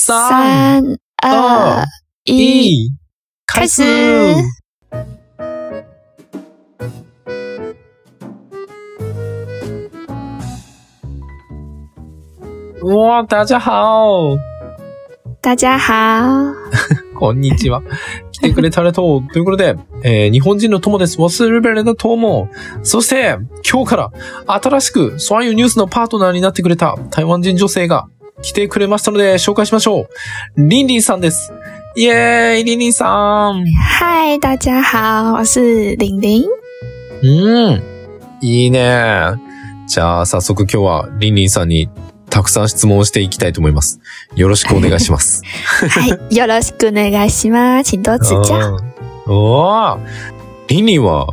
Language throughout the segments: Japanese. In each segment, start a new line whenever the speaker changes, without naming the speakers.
三
三二
二
一，
一，开始。
开始
哇，大家好，
大家好，
こんにちは。来てくれたらと、ということで、えー日本人の友です。我是日本人的友も。そして、今日から新しく、そういうニュースのパートナーになってくれた台湾人女性が来てくれましたので、紹介しましょう。リンリンさんです。イェーイ、リンリンさん。
嗨，大家好，我是玲玲。
うん。いいね。じゃあ、早速今日はリンリンさんにたくさん質問をしていきたいと思います。よろしくお願いします。
嗨，よろしくお願いします，请多指教。
哦うんおーリンリンは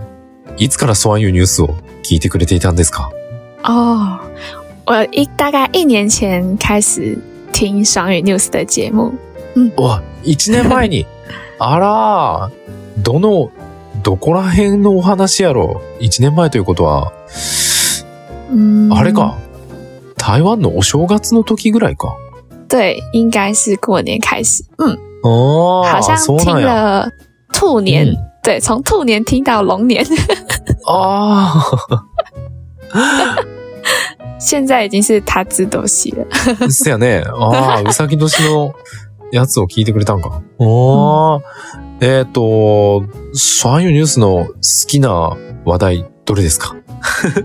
いつからそういうニュースを聞いてくれていたんですか
哦，我一大概一年前开始听双语 news 的节目，
わ、1年前 に。あらー、どの、どこら辺のお話やろ ?1 年前ということは、
嗯，
あれか、台湾のお正月の時ぐらいか。
对，应该是过年开始，嗯，
あ
好
あ、
像
そう
听
なんや。
了兔年，
嗯
对，从兔年听到龙年，
あ
现在已经是他知多西了。
あ、そやね。ああ、 うさぎ年のやつを聞いてくれたんか。おー。えっ、ー、と、そういうニュースの好きな話題、どれですかめっ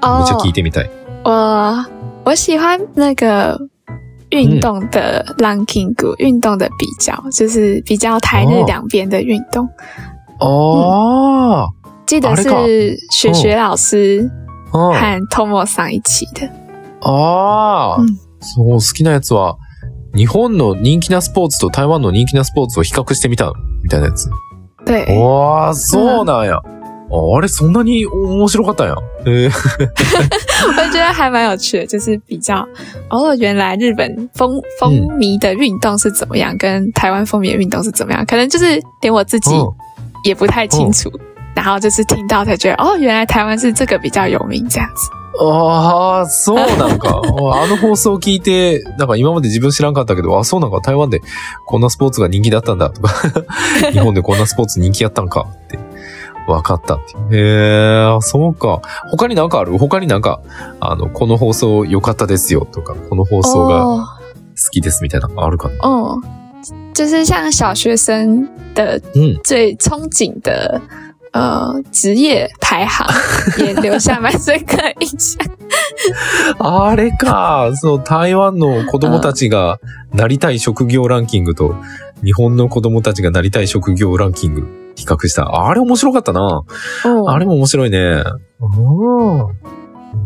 哦
ちゃ聞いてみたい。
我我喜欢那个运动的 ranking 股、运动的比较，就是比较台日
哦
两边的运动。
あ
记得
啊那个哦
是雪雪老师
あ、うん。
和 Tomo 上一起的。
ああ、
うん
そう、好きなやつは、日本の人気なスポーツと台湾の人気なスポーツを比較してみた、みたいなやつ。
对，
ああ、そうなんや。あれ、そんなに面白かったんや。えー、
我觉得还蛮有趣的，就是比较哦，原来日本风
嗯
风靡的运动是怎么样，跟台湾风靡的运动是怎么样，可能就是连我自己
うん。
也不太清
哦
楚。然后就是听到才觉得哦，原来台湾是这个比较有名这样子。
ああ、そうなんか。あの放送を聞いて、なんか今まで自分知らんかったけど、あ、そうなんか台湾でこんなスポーツが人気だったんだとか、日本でこんなスポーツ人気やったんかって、分かったっていう。へえ、そうか。他になんかある他になんか、あの、この放送良かったですよとか、この放送が好
哦
きですみたいなのあるかな。
哦，就是像小学生的
嗯
最憧憬的呃职业排行，也留下蛮深刻的印象。
あれか、その台湾の子供たちがなりたい職業ランキングと、日本の子供たちがなりたい職業ランキング、比較した。あれ面白かったな。あ
哦，
れも面白いね。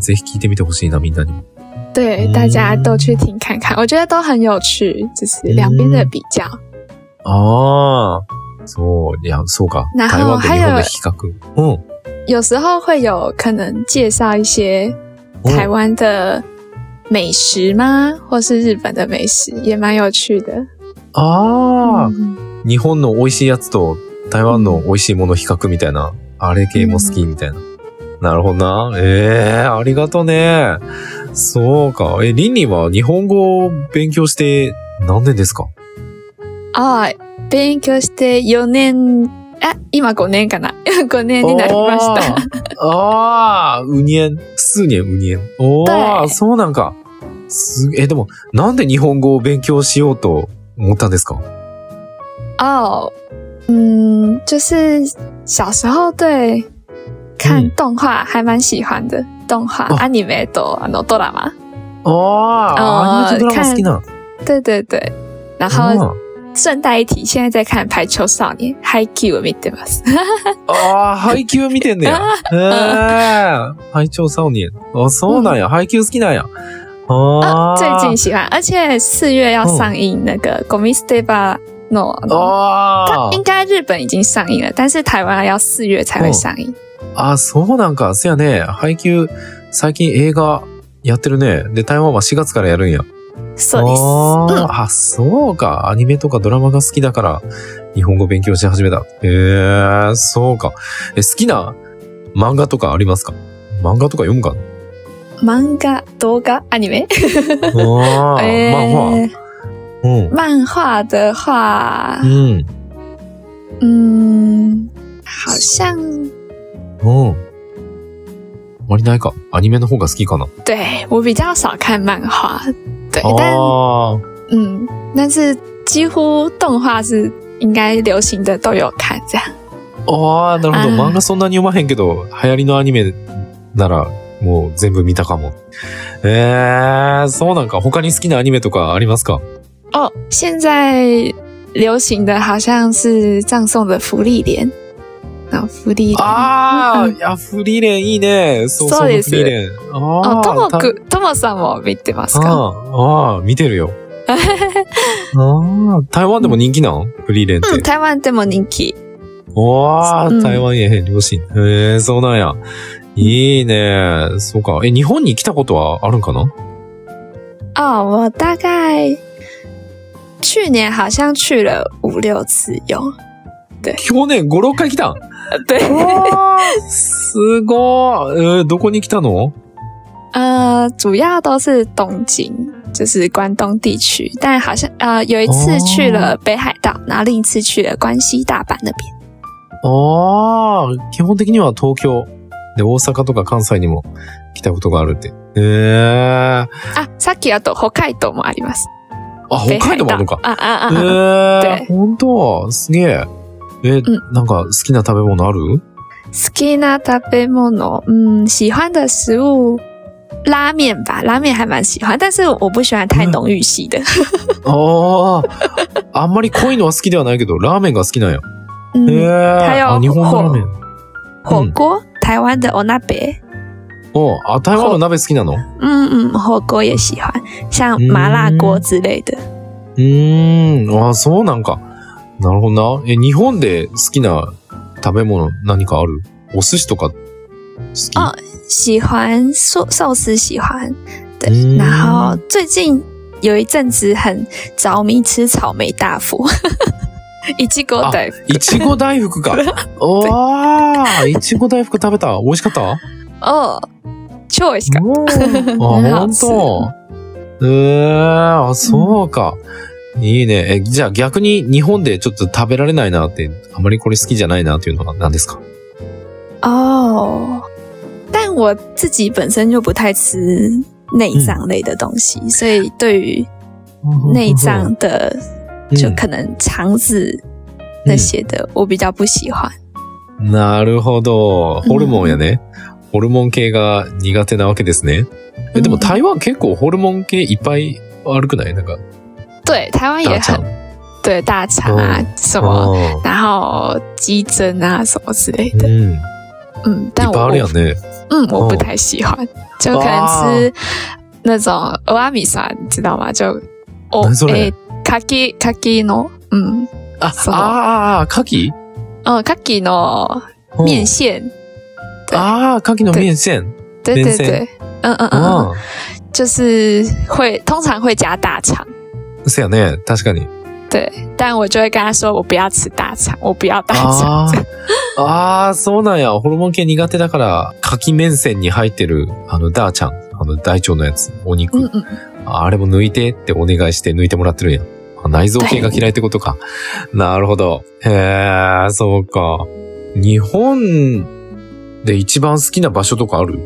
ぜひ聞いてみてほしいな、みんなにも。
对，
嗯
大家都去听看看，我觉得都很有趣，就是两边的比较。
ああ。そう、いや、そうか。
なるほ
台
ど
湾と日本の比較。うん。
有时候会有可能介绍一些
うん
台湾的美食吗，或是日本的美食，也蛮有趣的。
ああ、
嗯
日本の美味しいやつと台湾の美味しいもの比較みたいな。あれ系も好きみたいな。なるほどな。ええありがとね。そうか。え、リンリンは日本語を勉強して何年ですか
あー哦勉強して4年、あ、今5年かな ?5 年になりま
哦
した。
た。あーあー、うにえん。数年うにえん。お
は
ー、
い
そうなんか。すげえ、でも、なんで日本語を勉強しようと思ったんですか
哦，嗯，就是小时候对看
嗯
动画还蛮喜欢的，动画
哦
anime 多あのドラマ，
ああ、ア
あー
ニメとドラマ好きな。
对对对。然后
あ
顺带一提，现在在看《排球少年》，Hi Q 見てます。
ーあー、配給見てんねや。ええ、配調サオニエン。あ、そうなんや。配給好きなんや。ああ。
最近喜欢，而且四月要上映那个
哦
《Gomisteba no》，
あ
应该日本已经上映了，但是台湾要四月才会上映。
あ。あ、そうなんか。せやね。配給、最近映画やってるね。で、台湾は4月からやるんや。
そうです。
あーあ、そうか。アニメとかドラマが好きだから、日本語勉強し始めた。へえそうか。え、好きな漫画とかありますか漫画とか読むかな
漫画、動画、アニメ。
あー、
えー
まあまあ。嗯
漫画的话，
嗯
嗯，好像
うん。あまりないか。アニメの方が好きかな。
对我比较少看漫画，对，但
ああ。
嗯，但是几乎动画是应该流行的都有看，这样
ああ、なるほど。
あー
漫画そんなに読まへんけど、流行りのアニメなら、もう全部見たかも。ええー、そうなんか。他に好きなアニメとかありますか
哦。现在流行的好像是葬送的福利莲，啊、福利莲。
ああ、
うん
いや、フリーレンいいね。そう
そうです
フリーレン。あ
哦，
あ、
とも
た
くともさんも見てますか？
ああ、ああ、見てる よ。ああ、台湾でも人気なんフリーレンっ
嗯，
て。
台湾でも人気。
わあ、
うん
台湾へ両親。へえ、そうなんや。いいね。そうか。え、日本に来たことはあるんかな
哦，我大概去年好像去了五六次有，
去年5、6回来たん
呃对，
わあすごい。えーどこに来たの
呃，主要都是东京，就是关东地区，但好像呃有一次去了北海道，然后另一次去了关西大阪那边。
ああ、基本的には東京。で、大阪とか関西にも来たことがあるって。ええー。
啊，さっきあと北海道もあります。
あ、北海道もあるのか。
啊啊啊！
え
啊
えー、
で
本当すげえ。え
う
なんか好きな食べ物ある
好きな食べ物，嗯，喜欢的食物。拉面吧，拉面还蛮喜欢，但是我不喜欢太浓郁 系的。
ああ、あんまり濃いのは好きではないけど、ラーメンが好きなんや。ええ
嗯，还有
ー、あ、日本のラーメン。
火锅，台湾的 onabe，
おあ、台湾の鍋好きなのう
嗯嗯，火锅也喜欢，像麻辣锅之类的。
ーん、あ、そうなんか。なるほどな。え、日本で好きな食べ物何かあるお寿司とか好き
あ喜欢寿寿司，喜欢。对，
嗯
然后最近有一阵子很着迷吃草莓大福， 一季
哦
锅对，
いちご大福 か。おあ、いちご大福食べた。美味しかった
哦，choice 感
おー
很
あ、
好
本
吃
当。えー、あ、そうか。いいね。え、じゃあ逆に日本でちょっと食べられないなって、あまりこれ好きじゃないなっていうのは何ですか
哦。但我自己本身就不太吃内脏类的东西，所以对于
嗯
内脏的就可能肠子那些的，我比较不喜欢。
なるほど。ホルモンやね。ホルモン系が苦手なわけですね。え、でも
嗯
台湾結構ホルモン系いっぱい悪くないなんか、
对台湾也
大
很
腸。
对大肠啊、
嗯
什么，
あ
然后鸡胗啊什么之类
ー
的，
うん。いっ
嗯，
ぱい
但我
あるや
我
んね。
嗯我不太喜
哦
欢，就可能吃那种欧阿米沙，你知道吗？就哦
何それ
诶，卡基卡基诺，嗯
あ、
そう
ああ、牡蠣
哦卡基诺
うん
面线，对
ああ、牡蠣の面線。
对
面
对
线哦
对，嗯嗯嗯，嗯
あ
就是会通常会加大肠。
あ。そうやね。確かに。
但我就会跟他说，我不要吃大肠，我不要大肠。
ああ、ああそうなんや。ホルモン系苦手だから、牡蠣面線に入ってる、あの、ダーちゃん。あの、大腸のやつ。お肉。
嗯嗯，
あれも抜いてってお願いして抜いてもらってるんや。あ内臓系が嫌いってことか。なるほど。へえ、そうか。日本で一番好きな場所とかある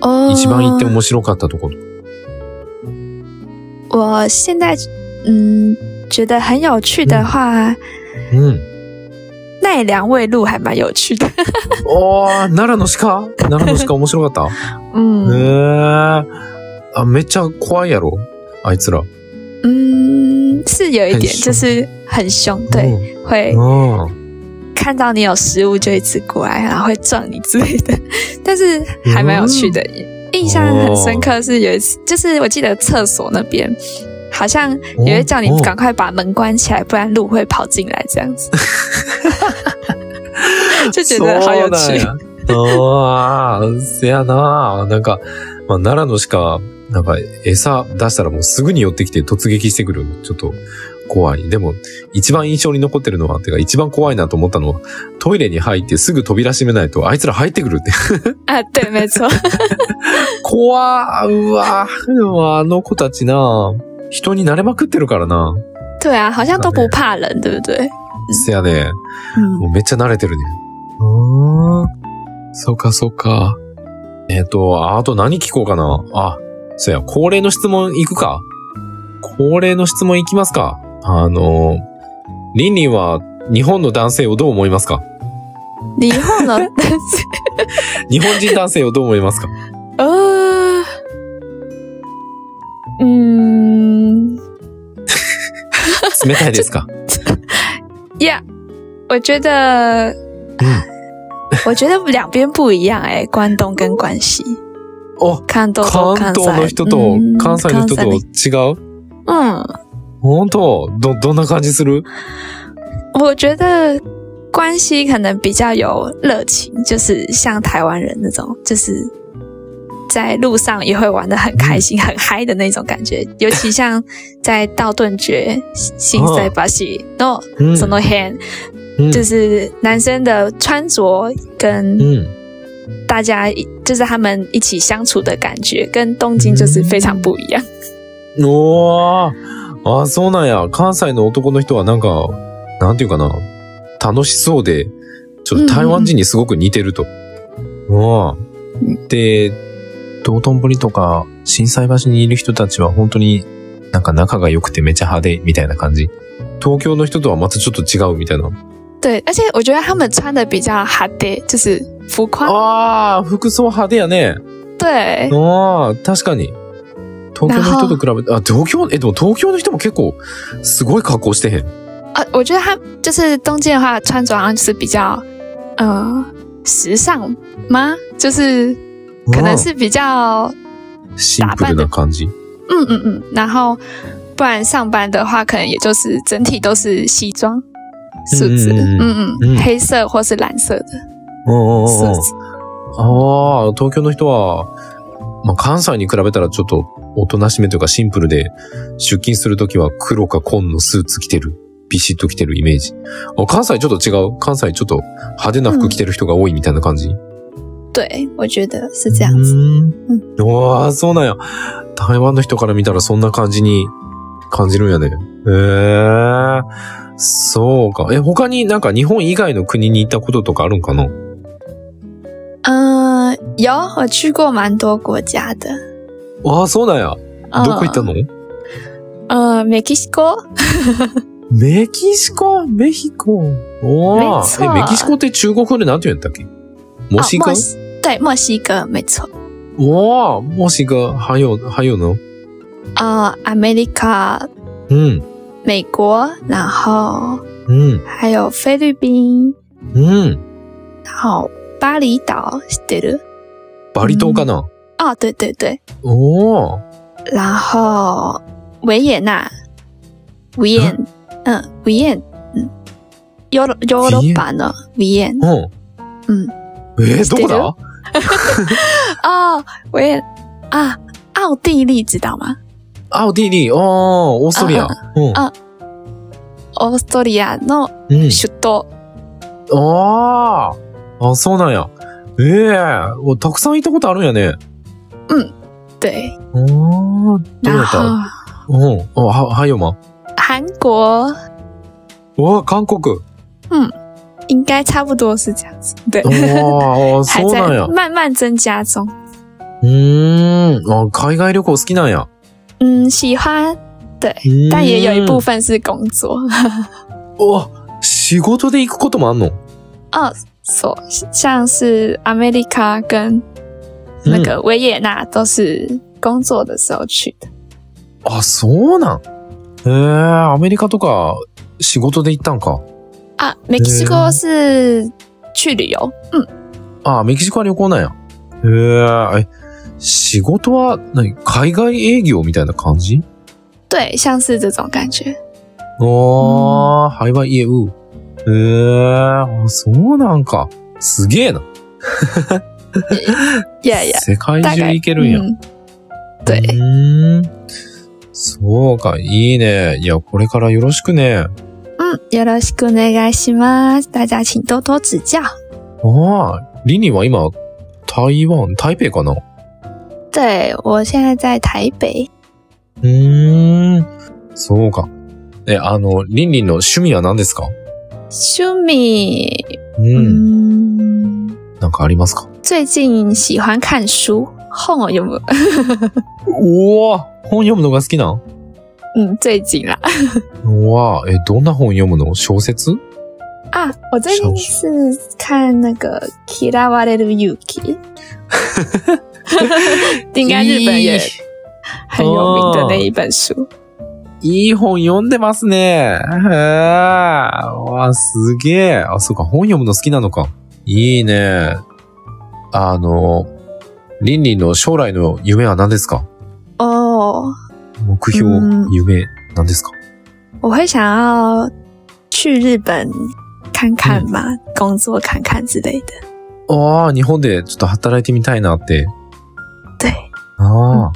哦
一番行って面白かったところ。
我现在嗯觉得很有趣的话，
嗯うん。
奈良卫路还蛮有趣的。
おー、奈良の鹿奈良の鹿面白かったへ
嗯
え。あ、めっちゃ怖いやろあいつら。
嗯，是有一点
很，凶哦
就是很凶，对，会
うん。うん。
看到你有食物就一直过来，然后会撞你之类的， 但是还蛮有趣的。
哦
印象很深刻是有一次，就是我记得厕所那边。好像也会叫你
哦
赶快把门关起来，不然鹿会跑进来这样子， 就觉得好有趣。
そうなんや。ああ、せやな。なんか、まあ、奈良の鹿、なんか餌出したらもうすぐに寄ってきて突撃してくる。ちょっと怖い。でも、一番印象に残ってるのは、てか一番怖いなと思ったのは、トイレに入ってすぐ扉閉めないと、あいつら入ってくるって。
啊，对，没错，
怖ーうわーでもあの子たちな人に慣れまくってるからな。
对啊，好像都不怕人，对不对？
せやね。も
嗯，
うめっちゃ慣れてるね。うーん。そうか、そうか。えっ、と、あと何聞こうかな。あ、そうや、恒例の質問行くか。恒例の質問行きますか。あの、リンリンは日本の男性をどう思いますか
你以后呢？ 但是
日本人男性をどう思います か
呃，嗯
冷たいですか
呀我觉得
嗯，
我觉得两边不一样哎、关东跟关西，
お、
看都都
関
看
東の人と関西の人と違う
嗯，
本当ど、どんな感じする
我觉得关西可能比较有热情，就是像台湾人那种，就是在路上也会玩的很开心、很嗨的那种感觉。尤其像在道顿崛、新塞巴西、no
うん。
什么 hand，、
うん
就是男生的穿着
う
跟
ん。
大家一就是他们一起相处的感觉，跟东京就是非常不一样。
嗯おーあ、そうなんや。関西の男の人はなんか、なんていうかな。楽しそうで、ちょっと台湾人にすごく似てると。うん。で、道頓堀とか、震災橋にいる人たちは本当になんか仲が良くてめちゃ派手みたいな感じ。東京の人とはまたちょっと違うみたいな。
对，而且我觉得他们穿的比较哈的，就是浮
哦
夸。
ああ、服装派手やね。
对，
ああ、確かに。東京の人と比べて、あ、東京、え、でも東京の人も結構、すごい格好してへん。
啊，我觉得他就是东京的话，穿着好像就是比较，呃，时尚吗？就是可能是比较，
哦うんシンプルな感じ。
嗯嗯嗯，然后不然上班的话，可能也就是整体都是西装、素质，
嗯嗯嗯
嗯
嗯
嗯，
嗯
黑色或是蓝色的
うんうんうん
素
うん。
质，
ああ、東京の人は、まあ、関西に比べたらちょっと、おとなしめというかシンプルで、出勤するときは黒か紺のスーツ着てる。ビシッと着てるイメージ。あ関西ちょっと違う。関西ちょっと派手な服着てる人が多いみたいな感じ。
对我觉得是这样子。
うん。うわあ、そうなんや。台湾の人から見たらそんな感じに感じるんやね。へえそうか。え、他になんか日本以外の国に行ったこととかあるんかな
嗯、有我去过蛮多国家的，
ああ、そうなんや。
嗯
どこ行ったの
呃，Mexico，
メキシコメヒコ。お
メキシ
ー。
コ
え、メキシコって中国語でなんて言うんだっけ墨
哦
西哥
墨西对墨西哥没错，
おー、墨西哥。还有、还有の
呃，America
うん。
美国，然后
うん。
还有菲律宾，
うん。
然后巴厘岛，对的，
バリ島かな
哦，对对对，
おー。
然后维也纳，维也，
啊
嗯，维也，嗯，Euro Europa 呢？维也纳，
うん。
嗯，
えー、どこ
知ってる
だ
哦，维也啊，奥地利知道吗？
あ、DD。あー、オーストリア。うん。
オーストリアの
うん。
首都，
あー。あ、そうなんや。ええー。たくさん行ったことあるんやね。
对，
おー。どう
然
やっ
后
たうん。あ、は、はよま。
韩国
わあ、韓国。
应该差不多是这样子，对，
哦おー、
还
そうなん
在
や。
慢慢增加中。
うーん。あ、海外旅行好きなんや。
嗯，喜欢，但也有一部分是工作。
分。わ、仕事で行くこともあんの
哦，所像是 America 跟那个维也纳都是工作的时候去的。
うんあ、そうなん。えー、アメリカとか仕事で行ったんか。
啊，Mexico 是去旅游。嗯，
あ、メキシコは旅行なんや。えー、え、仕事は何海外営業みたいな感じ
对，像是这种感觉。
あー、海外営業。えー、あそうなんか。すげえな。
耶耶，
世界
大
中
概
行けるんや。
嗯，对
うーん。そうか、いいね。いや、これからよろしくね。
嗯，よろしくお願いします。大家请多多指教。
ああ、リニは今、台湾、台北かな
对我现在在台北。
うーん。そうか。え、あの、リンリンの趣味は何ですか
趣味，
うん。
嗯，
なんかありますか
最近喜欢看书，后有 没有？
うわ本読むのが好きなん
嗯，最近啦
うわえ、どんな本読むの小説
啊，我最近是看那个《Kira w a r e r Yuki》，应该日本也
いい
很有名的那一本书。
いい本読んでますね。へーわ、すげえ。あ、そうか、本読むの好きなのか。いいね。あの、リンリンの将来の夢は何ですか
哦，
目標
う、ん
夢、何ですか
我会想要去日本看看嘛，工作看看之类的。
ああ、日本でちょっと働いてみたいなって。
对，
ああ、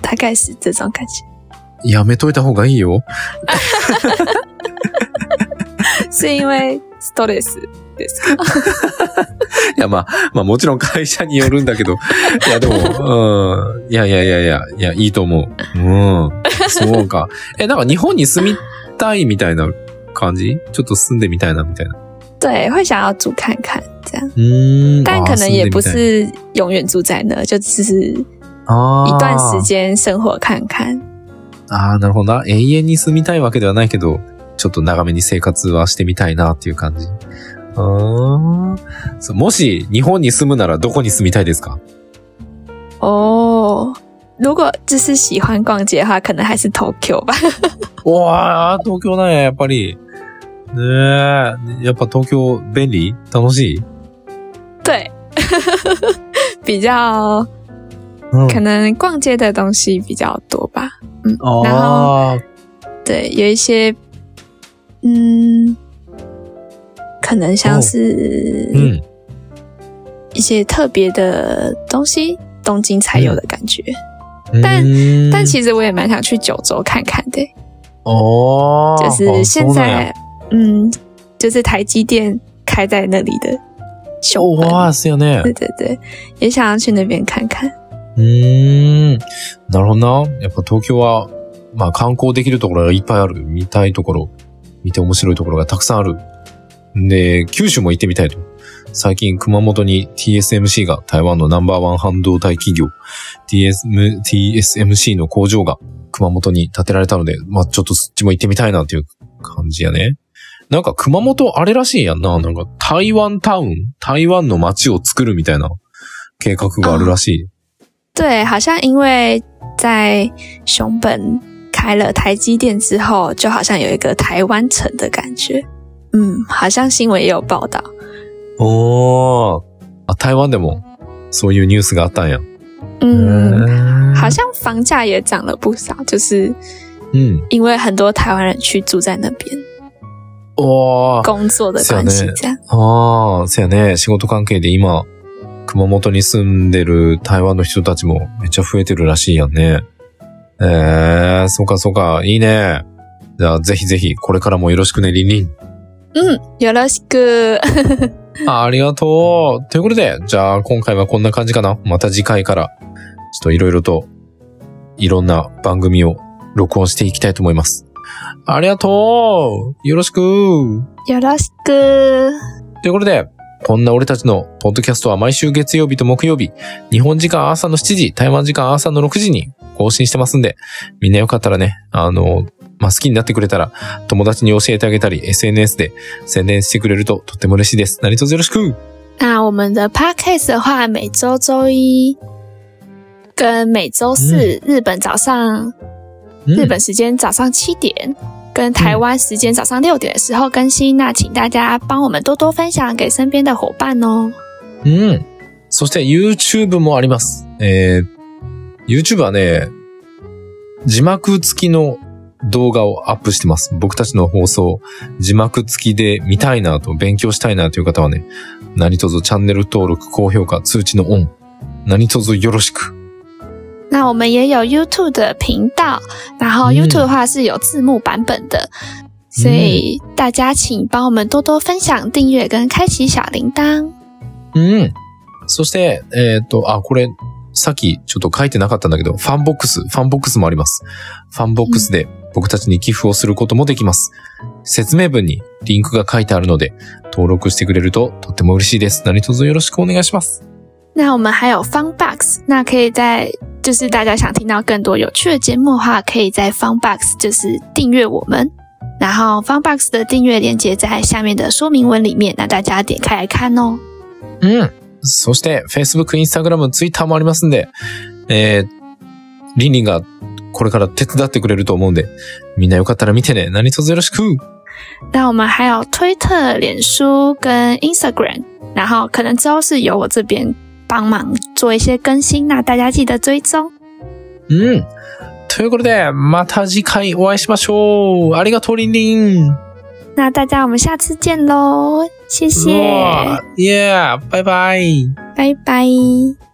大概是这种感觉，
やめといた方がいいよ。
是因为 stress ですか。
いや、まあ、まあもちろん会社によるんだけど。いや、でも、うん。いやいやいやいや、いや、いいと思う。うん。そうか。え、なんか日本に住みたいみたいな感じちょっと住んでみたいなみたいな。
对，会想要住看看这样，
うーん。
但可能也不
一
是永远住在那，就只是一段时间生活看看。
ああ、なるほどな。永遠に住みたいわけではないけど、ちょっと長めに生活はしてみたいなっていう感じ。うーんそうもし日本に住むならどこに住みたいですか
哦，如果就是喜欢逛街的话，可能还是 Tokyo 吧。
わあ、東京なんや、やっぱり。ねえ、やっぱ東京便利楽しい、
对， 比较
うん
可能逛街的东西比较多吧。
ああ、
对，有一些，嗯，可能像
う
是
ん。
一些特别的东西，东京才有的感觉。但
う
但
ん
其实我也蛮想去九州看看的，
ああ、
就是现
あそうなんや
在，嗯，就是台积电开在那里的秀门。
わあ、そうよね。
对对对，也想要去那边看看。
うーん。なるほどな。やっぱ東京は、まあ観光できるところがいっぱいある。見たいところ、見て面白いところがたくさんある。で、九州も行ってみたいと。最近熊本に TSMC が台湾のナンバーワン半導体企業 TSM TSMC の工場が熊本に建てられたので、まあちょっとそっちも行ってみたいなっていう感じやね。なんか熊本あれらしいやんな。なんか台湾タウン、台湾の街を作るみたいな計画があるらしい。
对，好像因为在熊本开了台积电之后，就好像有一个台湾城的感觉。嗯，好像新闻也有报道。
おー。あ、台湾でも、そういうニュースがあったんや。
嗯，
うん
好像房价也涨了不少，就是
うん。
因为很多台湾人去住在那边
おー。
工作的关
哦是
系
啊，
这样。
ああ、そやね。仕事関係で今、熊本に住んでる台湾の人たちもめっちゃ増えてるらしいやんね。えー、そうかそうか。いいね。じゃあ、ぜひぜひ、これからもよろしくね、リンリン。
嗯，有了个
ありがとう。ということで、じゃあ今回はこんな感じかな。また次回から、ちょっといろいろと、いろんな番組を録音していきたいと思います。ありがとうよろしくと
有了个
いうことで、こんな俺たちのポッドキャストは毎週月曜日と木曜日、日本時間朝の7時、台湾時間朝の6時に更新してますんで、みんなよかったらね、あの、まあ、好きになってくれたら、友達に教えてあげたり、SNS で宣伝してくれるととっても嬉しいです。何卒よろしく
那我们的 podcast 的话，每周周一跟每周四、
嗯
日本早
う
上
ん
日本时间早上七点，跟台湾时间早上六点的时候更新。那请大家帮我们多多分享给身边的伙伴哦。
うん。そして YouTube もあります。えー、YouTube はね、字幕付きの動画をアップしてます。僕たちの放送、字幕付きで見たいなと、勉強したいなという方はね、何卒チャンネル登録、高評価、通知のオン、何卒よろしく。
那我们也有 YouTube 的频道，然后
嗯
YouTube 的话是有字幕版本的，所以大家请帮我们多多分享、订阅跟开启小铃铛。
うん。そして、えっ、と、あ、これ、さっきちょっと書いてなかったんだけど、ファンボックス、ファンボックスもあります。ファンボックスで僕たちに寄付をすることもできます。説明文にリンクが書いてあるので、登録してくれるととっても嬉しいです。何卒よろしくお願いします。
那我们还有 Fun Box，那可以在就是大家想听到更多有趣的节目的话，可以在 Fun Box 就是订阅我们。然后 Fun Box 的订阅链接在下面的说明文里面，那大家点开来看哦。
うん。そして、Facebook、Instagram、Twitter もありますんで、えー、リンリンがこれから手伝ってくれると思うんで、みんなよかったら見てね。何卒よろしく。
那我们还有推特、脸书跟 Instagram，然后可能之后是由我这边帮忙做一些更新，那大家记得追踪。
うん。ということで、また次回お会いしましょう。ありがとう、リンリン。
那大家我们下次见喽，谢谢，
うわ。いや、バイバイ。
拜拜。